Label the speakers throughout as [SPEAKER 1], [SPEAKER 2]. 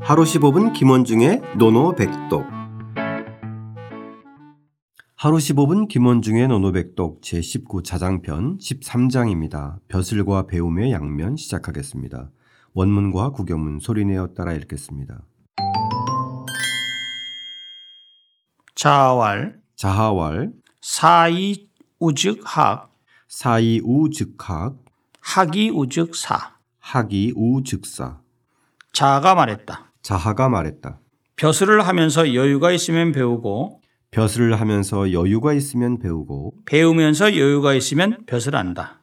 [SPEAKER 1] 하루 15분 김원중의 노노백독 하루 15분 김원중의 노노백독 제19자장편 13장입니다. 벼슬과 배움의 양면 시작하겠습니다. 원문과 구경문 소리내어 따라 읽겠습니다.
[SPEAKER 2] 자활
[SPEAKER 1] 자하왈
[SPEAKER 2] 사이 우즉 학
[SPEAKER 1] 사이우 즉학
[SPEAKER 2] 학이 우즉 사
[SPEAKER 1] 학이우 즉사
[SPEAKER 2] 자가 말했다.
[SPEAKER 1] 자하가 말했다.
[SPEAKER 2] 벼슬을 하면서 여유가 있으면 배우고
[SPEAKER 1] 벼슬을 하면서 여유가 있으면 배우고
[SPEAKER 2] 배우면서 여유가 있으면 벼슬한다.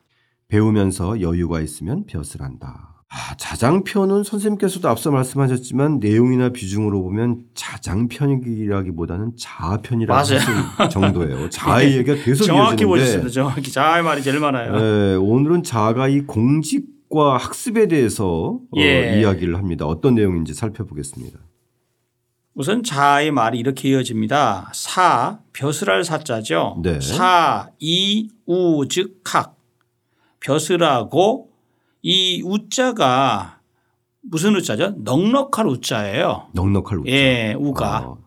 [SPEAKER 1] 배우면서 여유가 있으면 벼슬한다. 아, 자장편은 선생님께서도 앞서 말씀하셨지만 내용이나 비중으로 보면 자장편이라기보다는 자아편이라고
[SPEAKER 2] 맞아요.
[SPEAKER 1] 하실 정도예요. 자의 아, 얘기가 계속
[SPEAKER 2] 정확히 보셨습니다.
[SPEAKER 1] 이어지는데
[SPEAKER 2] 정확히 자의 말이 제일 많아요.
[SPEAKER 1] 네, 오늘은 자아가 이 공직과 학습에 대해서 어,
[SPEAKER 2] 예.
[SPEAKER 1] 이야기를 합니다. 어떤 내용인지 살펴보겠습니다.
[SPEAKER 2] 우선 자의 말이 이렇게 이어집니다. 사 벼슬할 사자죠.
[SPEAKER 1] 네.
[SPEAKER 2] 사이 우즉 학 벼슬하고 이 우자가 무슨 우자죠? 넉넉할 우자예요.
[SPEAKER 1] 넉넉할 우자.
[SPEAKER 2] 예, 우가.
[SPEAKER 1] 어,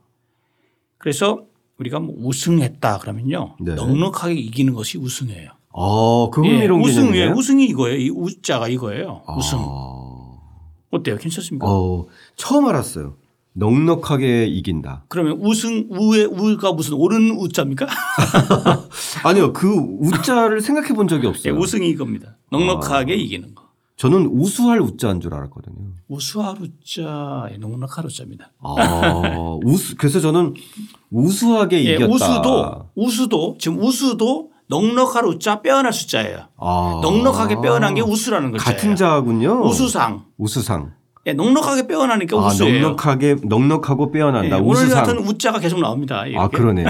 [SPEAKER 2] 그래서 우리가 뭐 우승했다 그러면요.
[SPEAKER 1] 네.
[SPEAKER 2] 넉넉하게 이기는 것이 우승이에요.
[SPEAKER 1] 어, 그
[SPEAKER 2] 예,
[SPEAKER 1] 흥미로운
[SPEAKER 2] 우승, 예,
[SPEAKER 1] 개념이네요.
[SPEAKER 2] 우승이 이거예요. 이 우자가 이거예요.
[SPEAKER 1] 아.
[SPEAKER 2] 우승. 어때요? 괜찮습니까?
[SPEAKER 1] 어, 처음 알았어요. 넉넉하게 이긴다.
[SPEAKER 2] 그러면 우승 우의 우가 무슨 옳은 우자입니까?
[SPEAKER 1] 아니요, 그 우자를 생각해 본 적이
[SPEAKER 2] 예,
[SPEAKER 1] 없어요.
[SPEAKER 2] 우승이 이겁니다. 넉넉하게
[SPEAKER 1] 아.
[SPEAKER 2] 이기는 거.
[SPEAKER 1] 저는 우수할 우자인 줄 알았거든요.
[SPEAKER 2] 우수할 우자, 예, 넉넉할 우자입니다.
[SPEAKER 1] 아, 우수, 그래서 저는 우수하게
[SPEAKER 2] 예,
[SPEAKER 1] 이겼다.
[SPEAKER 2] 우수도 우수도 지금 우수도 넉넉할 우자 빼어날 숫자예요.
[SPEAKER 1] 아,
[SPEAKER 2] 넉넉하게 빼어난 게 우수라는 거죠.
[SPEAKER 1] 같은 자군요.
[SPEAKER 2] 우수상.
[SPEAKER 1] 우수상.
[SPEAKER 2] 예, 넉넉하게 빼어나니까
[SPEAKER 1] 아,
[SPEAKER 2] 우수예요.
[SPEAKER 1] 넉넉하게 넉넉하고 빼어난다.
[SPEAKER 2] 예, 오늘
[SPEAKER 1] 우수상.
[SPEAKER 2] 같은 예. 우자가 계속 나옵니다.
[SPEAKER 1] 아,
[SPEAKER 2] 이렇게.
[SPEAKER 1] 그러네요.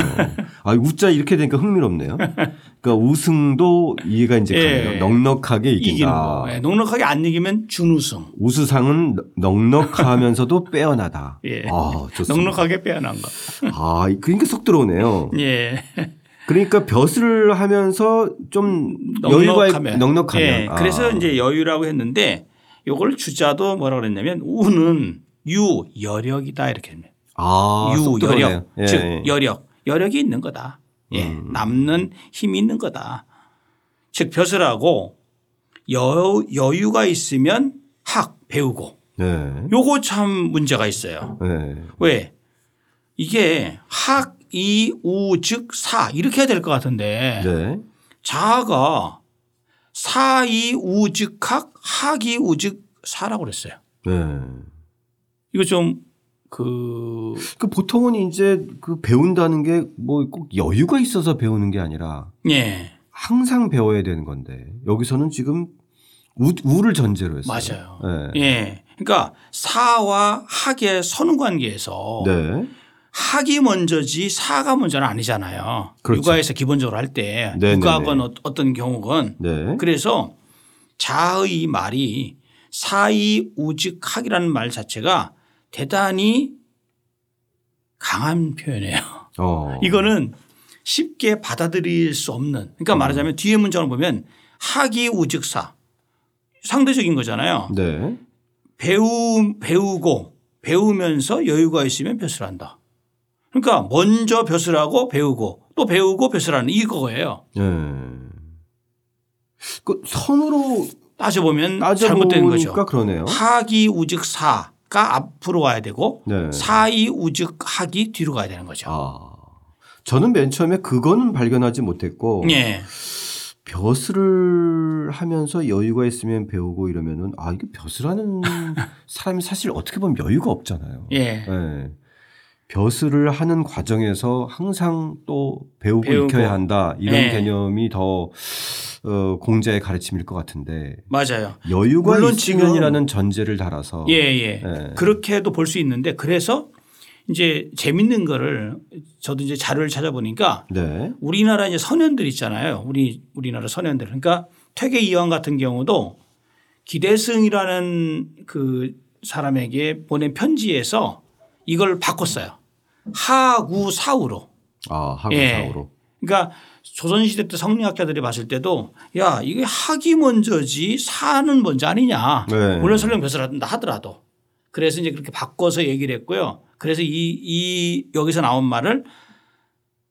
[SPEAKER 1] 아, 우자 이렇게 되니까 흥미롭네요. 그러니까 우승도 이해가 이제
[SPEAKER 2] 예.
[SPEAKER 1] 가네요. 넉넉하게
[SPEAKER 2] 이기는
[SPEAKER 1] 이긴다.
[SPEAKER 2] 거. 예, 넉넉하게 안 이기면 준우승.
[SPEAKER 1] 우수상은 넉넉하면서도 빼어나다.
[SPEAKER 2] 예.
[SPEAKER 1] 아, 좋습니다.
[SPEAKER 2] 넉넉하게 빼어난 거.
[SPEAKER 1] 아, 그러니까 쏙 들어오네요.
[SPEAKER 2] 예.
[SPEAKER 1] 그러니까 벼슬을 하면서 좀 여유가 있-
[SPEAKER 2] 넉넉하면.
[SPEAKER 1] 넉넉하면.
[SPEAKER 2] 예.
[SPEAKER 1] 아.
[SPEAKER 2] 그래서 이제 여유라고 했는데 이걸 주자도 뭐라 그랬냐면 우는 유 여력이다 이렇게 합니다.
[SPEAKER 1] 아,
[SPEAKER 2] 유
[SPEAKER 1] 쏙 들어오네요.
[SPEAKER 2] 여력
[SPEAKER 1] 예, 음.
[SPEAKER 2] 즉
[SPEAKER 1] 예.
[SPEAKER 2] 여력 여력이 있는 거다. 예. 남는 힘이 있는 거다. 즉 벼슬하고 여, 여유가 있으면 학 배우고
[SPEAKER 1] 네.
[SPEAKER 2] 요거 참 문제가 있어요.
[SPEAKER 1] 네.
[SPEAKER 2] 왜 이게 학, 이, 우, 즉, 사 이렇게 해야 될 것 같은데
[SPEAKER 1] 네.
[SPEAKER 2] 자아가 사, 이, 우, 즉, 학, 학, 이, 우, 즉, 사라고 그랬어요.
[SPEAKER 1] 네.
[SPEAKER 2] 이거 좀그
[SPEAKER 1] 그 보통은 이제 그 배운다는 게 뭐 꼭 여유가 있어서 배우는 게 아니라
[SPEAKER 2] 예.
[SPEAKER 1] 항상 배워야 되는 건데 여기서는 지금 우, 우를 전제로 했어요. 네.
[SPEAKER 2] 맞아요.
[SPEAKER 1] 맞아요.
[SPEAKER 2] 예. 그러니까 사와 학의 선후 관계에서
[SPEAKER 1] 네.
[SPEAKER 2] 학이 먼저지 사가 먼저는 아니잖아요.
[SPEAKER 1] 그렇죠.
[SPEAKER 2] 육아에서 기본적으로 할 때
[SPEAKER 1] 네,
[SPEAKER 2] 육아건 어- 어떤 경우건
[SPEAKER 1] 네.
[SPEAKER 2] 그래서 자의 말이 사이 우직학이라는 말 자체가 대단히 강한 표현이에요.
[SPEAKER 1] 어.
[SPEAKER 2] 이거는 쉽게 받아들일 수 없는 그러니까 말하자면 뒤에 문장을 보면 학이 우직사 상대적인 거잖아요.
[SPEAKER 1] 네.
[SPEAKER 2] 배우, 배우고 배우면서 여유가 있으면 벼슬한다. 그러니까 먼저 벼슬하고 배우고 또 배우고 벼슬하는 이거예요.
[SPEAKER 1] 네. 그 선으로
[SPEAKER 2] 따져보면 잘못된 거죠.
[SPEAKER 1] 따져보니까 그러네요.
[SPEAKER 2] 하기 우즉 사가 앞으로 와야 되고
[SPEAKER 1] 네.
[SPEAKER 2] 사이 우즉 하기 뒤로 가야 되는 거죠.
[SPEAKER 1] 아. 저는 맨 처음에 그거는 발견하지 못했고
[SPEAKER 2] 예.
[SPEAKER 1] 벼슬을 하면서 여유가 있으면 배우고 이러면은 아 이게 벼슬하는 사람이 사실 어떻게 보면 여유가 없잖아요.
[SPEAKER 2] 예.
[SPEAKER 1] 예. 벼슬을 하는 과정에서 항상 또 배우고,
[SPEAKER 2] 배우고.
[SPEAKER 1] 익혀야 한다 이런
[SPEAKER 2] 예.
[SPEAKER 1] 개념이 더 어, 공자의 가르침일 것 같은데
[SPEAKER 2] 맞아요.
[SPEAKER 1] 여유가
[SPEAKER 2] 물론
[SPEAKER 1] 있으면이라는 전제를 달아서
[SPEAKER 2] 예, 예.
[SPEAKER 1] 예.
[SPEAKER 2] 그렇게도 볼 수 있는데 그래서 이제 재밌는 거를 저도 이제 자료를 찾아보니까
[SPEAKER 1] 네.
[SPEAKER 2] 우리나라 이제 선현들 있잖아요. 우리 우리나라 선현들. 그러니까 퇴계 이황 같은 경우도 기대승이라는 그 사람에게 보낸 편지에서 이걸 바꿨어요. 하구사우로.
[SPEAKER 1] 아 하고
[SPEAKER 2] 예.
[SPEAKER 1] 사고로
[SPEAKER 2] 그러니까 조선시대 때 성리학자들이 봤을 때도 야 이게 학이 먼저지 사는 먼저 아니냐
[SPEAKER 1] 네.
[SPEAKER 2] 물론 설령 벼슬한다 하더라도 그래서 이제 그렇게 바꿔서 얘기를 했고요. 그래서 이, 이 여기서 나온 말을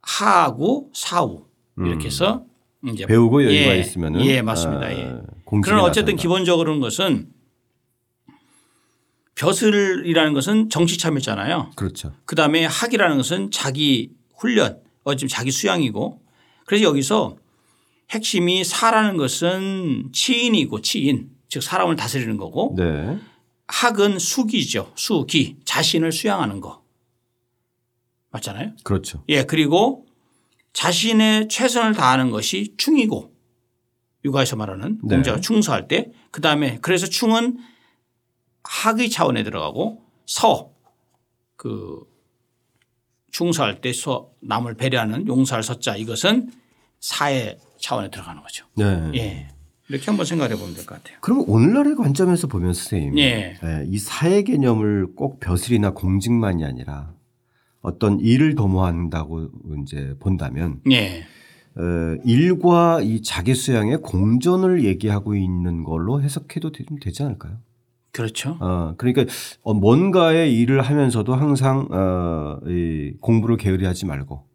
[SPEAKER 2] 하하고 사우 이렇게 해서 이제
[SPEAKER 1] 음. 배우고 여유가
[SPEAKER 2] 예.
[SPEAKER 1] 있으면은
[SPEAKER 2] 예, 맞습니다.
[SPEAKER 1] 아,
[SPEAKER 2] 예.
[SPEAKER 1] 공직에
[SPEAKER 2] 그러나 어쨌든
[SPEAKER 1] 나선다.
[SPEAKER 2] 기본적으로는 것은 벼슬이라는 것은 정치 참여잖아요.
[SPEAKER 1] 그렇죠.
[SPEAKER 2] 그다음에 학이라는 것은 자기 훈련, 어찌 자기 수양이고 그래서 여기서 핵심이 사라는 것은 치인이고 치인 즉 사람을 다스리는 거고
[SPEAKER 1] 네.
[SPEAKER 2] 학은 수기죠. 수기 자신을 수양하는 거 맞잖아요.
[SPEAKER 1] 그렇죠.
[SPEAKER 2] 예, 그리고 자신의 최선을 다하는 것이 충이고 육아에서 말하는
[SPEAKER 1] 네.
[SPEAKER 2] 공자가 충서할 때 그다음에 그래서 충은 학의 차원에 들어가고 서 그 충서할 때 서 남을 배려하는 용서할 서자 이것은 사회 차원에 들어가는 거죠.
[SPEAKER 1] 네.
[SPEAKER 2] 예. 이렇게 한번 생각해 보면 될 것 같아요.
[SPEAKER 1] 그럼 오늘날의 관점에서 보면 선생님,
[SPEAKER 2] 예.
[SPEAKER 1] 예, 이 사회 개념을 꼭 벼슬이나 공직만이 아니라 어떤 일을 도모한다고 이제 본다면
[SPEAKER 2] 예.
[SPEAKER 1] 어, 일과 이 자기 수양의 공존을 얘기하고 있는 걸로 해석해도 되, 좀 되지 않을까요?
[SPEAKER 2] 그렇죠.
[SPEAKER 1] 어, 그러니까 어, 뭔가의 일을 하면서도 항상 어, 이 공부를 게으리하지 말고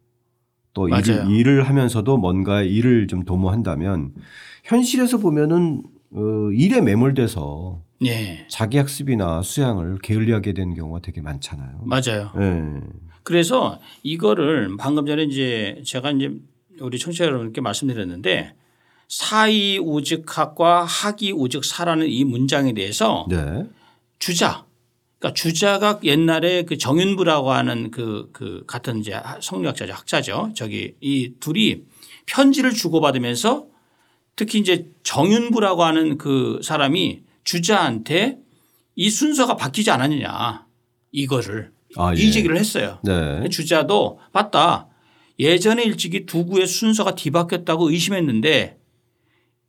[SPEAKER 1] 또 일을,
[SPEAKER 2] 맞아요.
[SPEAKER 1] 일을 하면서도 뭔가의 일을 좀 도모한다면 현실에서 보면은 어, 일에 매몰돼서
[SPEAKER 2] 예.
[SPEAKER 1] 자기 학습이나 수양을 게을리하게 되는 경우가 되게 많잖아요.
[SPEAKER 2] 맞아요.
[SPEAKER 1] 예.
[SPEAKER 2] 그래서 이거를 방금 전에 이제 제가 이제 우리 청취자 여러분께 말씀드렸는데 사이 우즉학과 학이 우즉사라는 이 문장에 대해서
[SPEAKER 1] 네.
[SPEAKER 2] 주자 그러니까 주자가 옛날에 그 정윤부라고 하는 그, 그 같은 이제 성리학자죠 학자죠 저기 이 둘이 편지를 주고받으면서 특히 이제 정윤부라고 하는 그 사람이 주자한테 이 순서가 바뀌지 않았느냐 이거를
[SPEAKER 1] 아, 예.
[SPEAKER 2] 이 제기를 했어요.
[SPEAKER 1] 네.
[SPEAKER 2] 그 주자도 맞다. 예전에 일찍이 두 구의 순서가 뒤바뀌었다고 의심했는데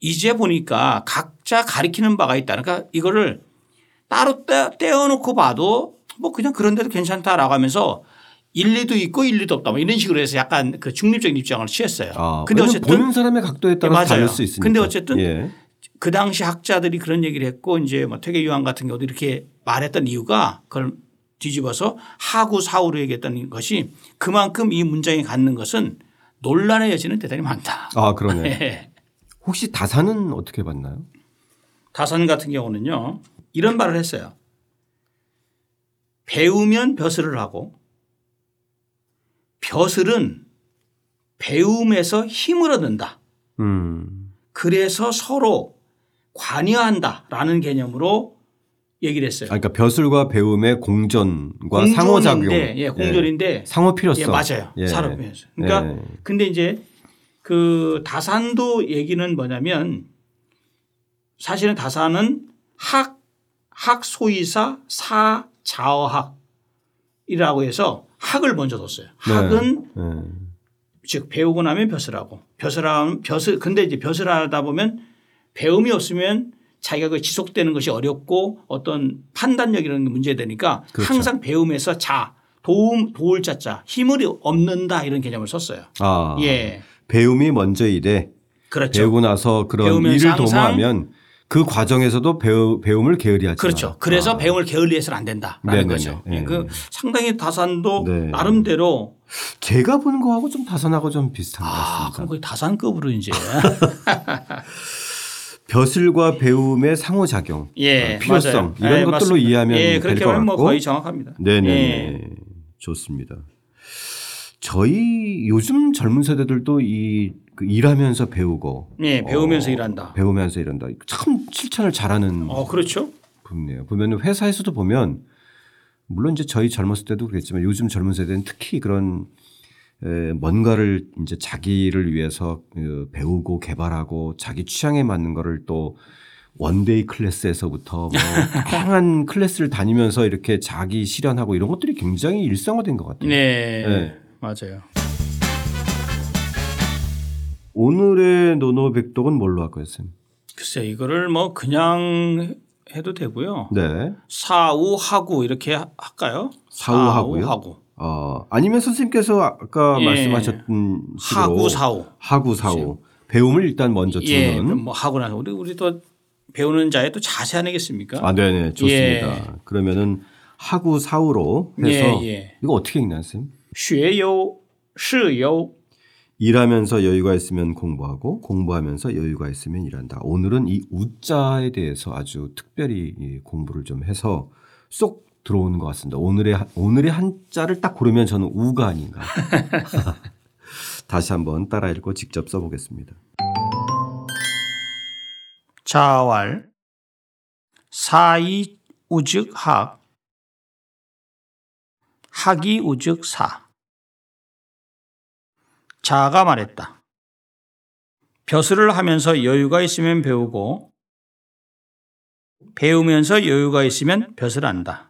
[SPEAKER 2] 이제 보니까 각자 가리키는 바가 있다. 그러니까 이거를 따로 떼- 떼어놓고 봐도 뭐 그냥 그런데도 괜찮다라고 하면서 일리도 있고 일리도 없다. 뭐 이런 식으로 해서 약간 그 중립적인 입장을 취했어요.
[SPEAKER 1] 아,
[SPEAKER 2] 근데
[SPEAKER 1] 왜냐면
[SPEAKER 2] 어쨌든
[SPEAKER 1] 보는 사람의 각도에
[SPEAKER 2] 예,
[SPEAKER 1] 따라
[SPEAKER 2] 맞아요.
[SPEAKER 1] 서 다를 수 있으니까.
[SPEAKER 2] 근데 어쨌든
[SPEAKER 1] 예.
[SPEAKER 2] 그 당시 학자들이 그런 얘기를 했고 이제 뭐 퇴계유황 같은 경우도 이렇게 말했던 이유가 그걸 뒤집어서 하구 사우로 얘기했던 것이 그만큼 이 문장이 갖는 것은 논란의 여지는 대단히 많다.
[SPEAKER 1] 아 그러네.
[SPEAKER 2] 예.
[SPEAKER 1] 혹시 다산은 어떻게 봤나요?
[SPEAKER 2] 다산 같은 경우는요 이런 말을 했어요. 배우면 벼슬을 하고 벼슬은 배움에서 힘을 얻는다.
[SPEAKER 1] 음.
[SPEAKER 2] 그래서 서로 관여한다라는 개념으로 얘기를
[SPEAKER 1] 아,
[SPEAKER 2] 했어요.
[SPEAKER 1] 그러니까 벼슬과 배움의 공존과
[SPEAKER 2] 공존인데,
[SPEAKER 1] 상호작용.
[SPEAKER 2] 예, 공존인데
[SPEAKER 1] 상호 필요성.
[SPEAKER 2] 예, 맞아요.
[SPEAKER 1] 예.
[SPEAKER 2] 사람 입장에서. 그러니까
[SPEAKER 1] 예.
[SPEAKER 2] 근데 이제 그 다산도 얘기는 뭐냐면 사실은 다산은 학, 학 소이사 사 자어학이라고 해서 학을 먼저 뒀어요.
[SPEAKER 1] 네.
[SPEAKER 2] 학은
[SPEAKER 1] 예.
[SPEAKER 2] 즉 배우고 나면 벼슬하고 벼슬하면 벼슬 근데 이제 벼슬하다 보면 배움이 없으면 자기가 그 지속되는 것이 어렵고 어떤 판단력이라는 게 문제 되니까
[SPEAKER 1] 그렇죠.
[SPEAKER 2] 항상 배움에서 자 도움 도울 자자 힘을 얻는다 이런 개념을 썼어요.
[SPEAKER 1] 아
[SPEAKER 2] 예,
[SPEAKER 1] 배움이 먼저 이래
[SPEAKER 2] 그렇죠.
[SPEAKER 1] 배우고 나서 그런
[SPEAKER 2] 배우면서
[SPEAKER 1] 일을
[SPEAKER 2] 항상-
[SPEAKER 1] 도모하면 그 과정에서도 배우, 배움을 게으리하지
[SPEAKER 2] 그렇죠.
[SPEAKER 1] 마.
[SPEAKER 2] 그래서
[SPEAKER 1] 아.
[SPEAKER 2] 배움을 게을리해서는 안 된다라는
[SPEAKER 1] 네네네.
[SPEAKER 2] 거죠. 예,
[SPEAKER 1] 예.
[SPEAKER 2] 그 상당히 다산도
[SPEAKER 1] 네.
[SPEAKER 2] 나름대로
[SPEAKER 1] 제가 본 거하고 좀 다산하고 좀 비슷한 것
[SPEAKER 2] 아
[SPEAKER 1] 같습니다.
[SPEAKER 2] 그럼 거의 다산급으로 이제 그
[SPEAKER 1] 벼슬과 배움의 상호작용,
[SPEAKER 2] 예
[SPEAKER 1] 어, 필요성
[SPEAKER 2] 맞아요.
[SPEAKER 1] 이런
[SPEAKER 2] 예,
[SPEAKER 1] 것들로
[SPEAKER 2] 맞습니다.
[SPEAKER 1] 이해하면
[SPEAKER 2] 예
[SPEAKER 1] 될
[SPEAKER 2] 그렇게
[SPEAKER 1] 것
[SPEAKER 2] 하면 뭐
[SPEAKER 1] 같고.
[SPEAKER 2] 거의 정확합니다.
[SPEAKER 1] 네네
[SPEAKER 2] 예.
[SPEAKER 1] 네. 좋습니다. 저희 요즘 젊은 세대들도 이그 일하면서 배우고
[SPEAKER 2] 예, 배우면서
[SPEAKER 1] 어,
[SPEAKER 2] 일한다.
[SPEAKER 1] 배우면서 일한다. 참 실천을 잘하는
[SPEAKER 2] 어, 그렇죠.
[SPEAKER 1] 분이에요. 보면 회사에서도 보면 물론 이제 저희 젊었을 때도 그랬지만 요즘 젊은 세대는 특히 그런 에, 뭔가를 이제 자기를 위해서 어, 배우고 개발하고 자기 취향에 맞는 거를 또 원데이 클래스에서부터 뭐 다양한 클래스를 다니면서 이렇게 자기 실현하고 이런 것들이 굉장히 일상화된 것 같아요.
[SPEAKER 2] 네.
[SPEAKER 1] 네.
[SPEAKER 2] 맞아요.
[SPEAKER 1] 오늘의 노노백독은 뭘로 할까요, 쌤?
[SPEAKER 2] 글쎄 이거를 뭐 그냥 해도 되고요.
[SPEAKER 1] 네.
[SPEAKER 2] 사우하고 이렇게 하- 할까요?
[SPEAKER 1] 사우하고요?
[SPEAKER 2] 사우하고.
[SPEAKER 1] 어, 아니면 선생님께서 아까
[SPEAKER 2] 예.
[SPEAKER 1] 말씀하셨던 식으로
[SPEAKER 2] 하고 사우.
[SPEAKER 1] 하구 사오 배움을 일단 먼저
[SPEAKER 2] 예.
[SPEAKER 1] 주는
[SPEAKER 2] 그럼 뭐 하고 나서 우리 우리 또 배우는 자에 또 자세하겠습니까?
[SPEAKER 1] 아, 네네. 좋습니다.
[SPEAKER 2] 예.
[SPEAKER 1] 그러면은 하구 사우로 해서
[SPEAKER 2] 예, 예.
[SPEAKER 1] 이거 어떻게 읽나요, 쌤?
[SPEAKER 2] 学优,室优,
[SPEAKER 1] 일하면서 여유가 있으면 공부하고 공부하면서 여유가 있으면 일한다. 오늘은 이 우자에 대해서 아주 특별히 이 공부를 좀 해서 쏙 들어오는 것 같습니다. 오늘의 한- 오늘의 한자를 딱 고르면 저는 우가 아닌가. 다시 한번 따라 읽고 직접 써보겠습니다.
[SPEAKER 2] 자왈, 사이 우즉 학, 학이 우즉 사. 자가 말했다. 벼슬을 하면서 여유가 있으면 배우고, 배우면서 여유가 있으면 벼슬한다.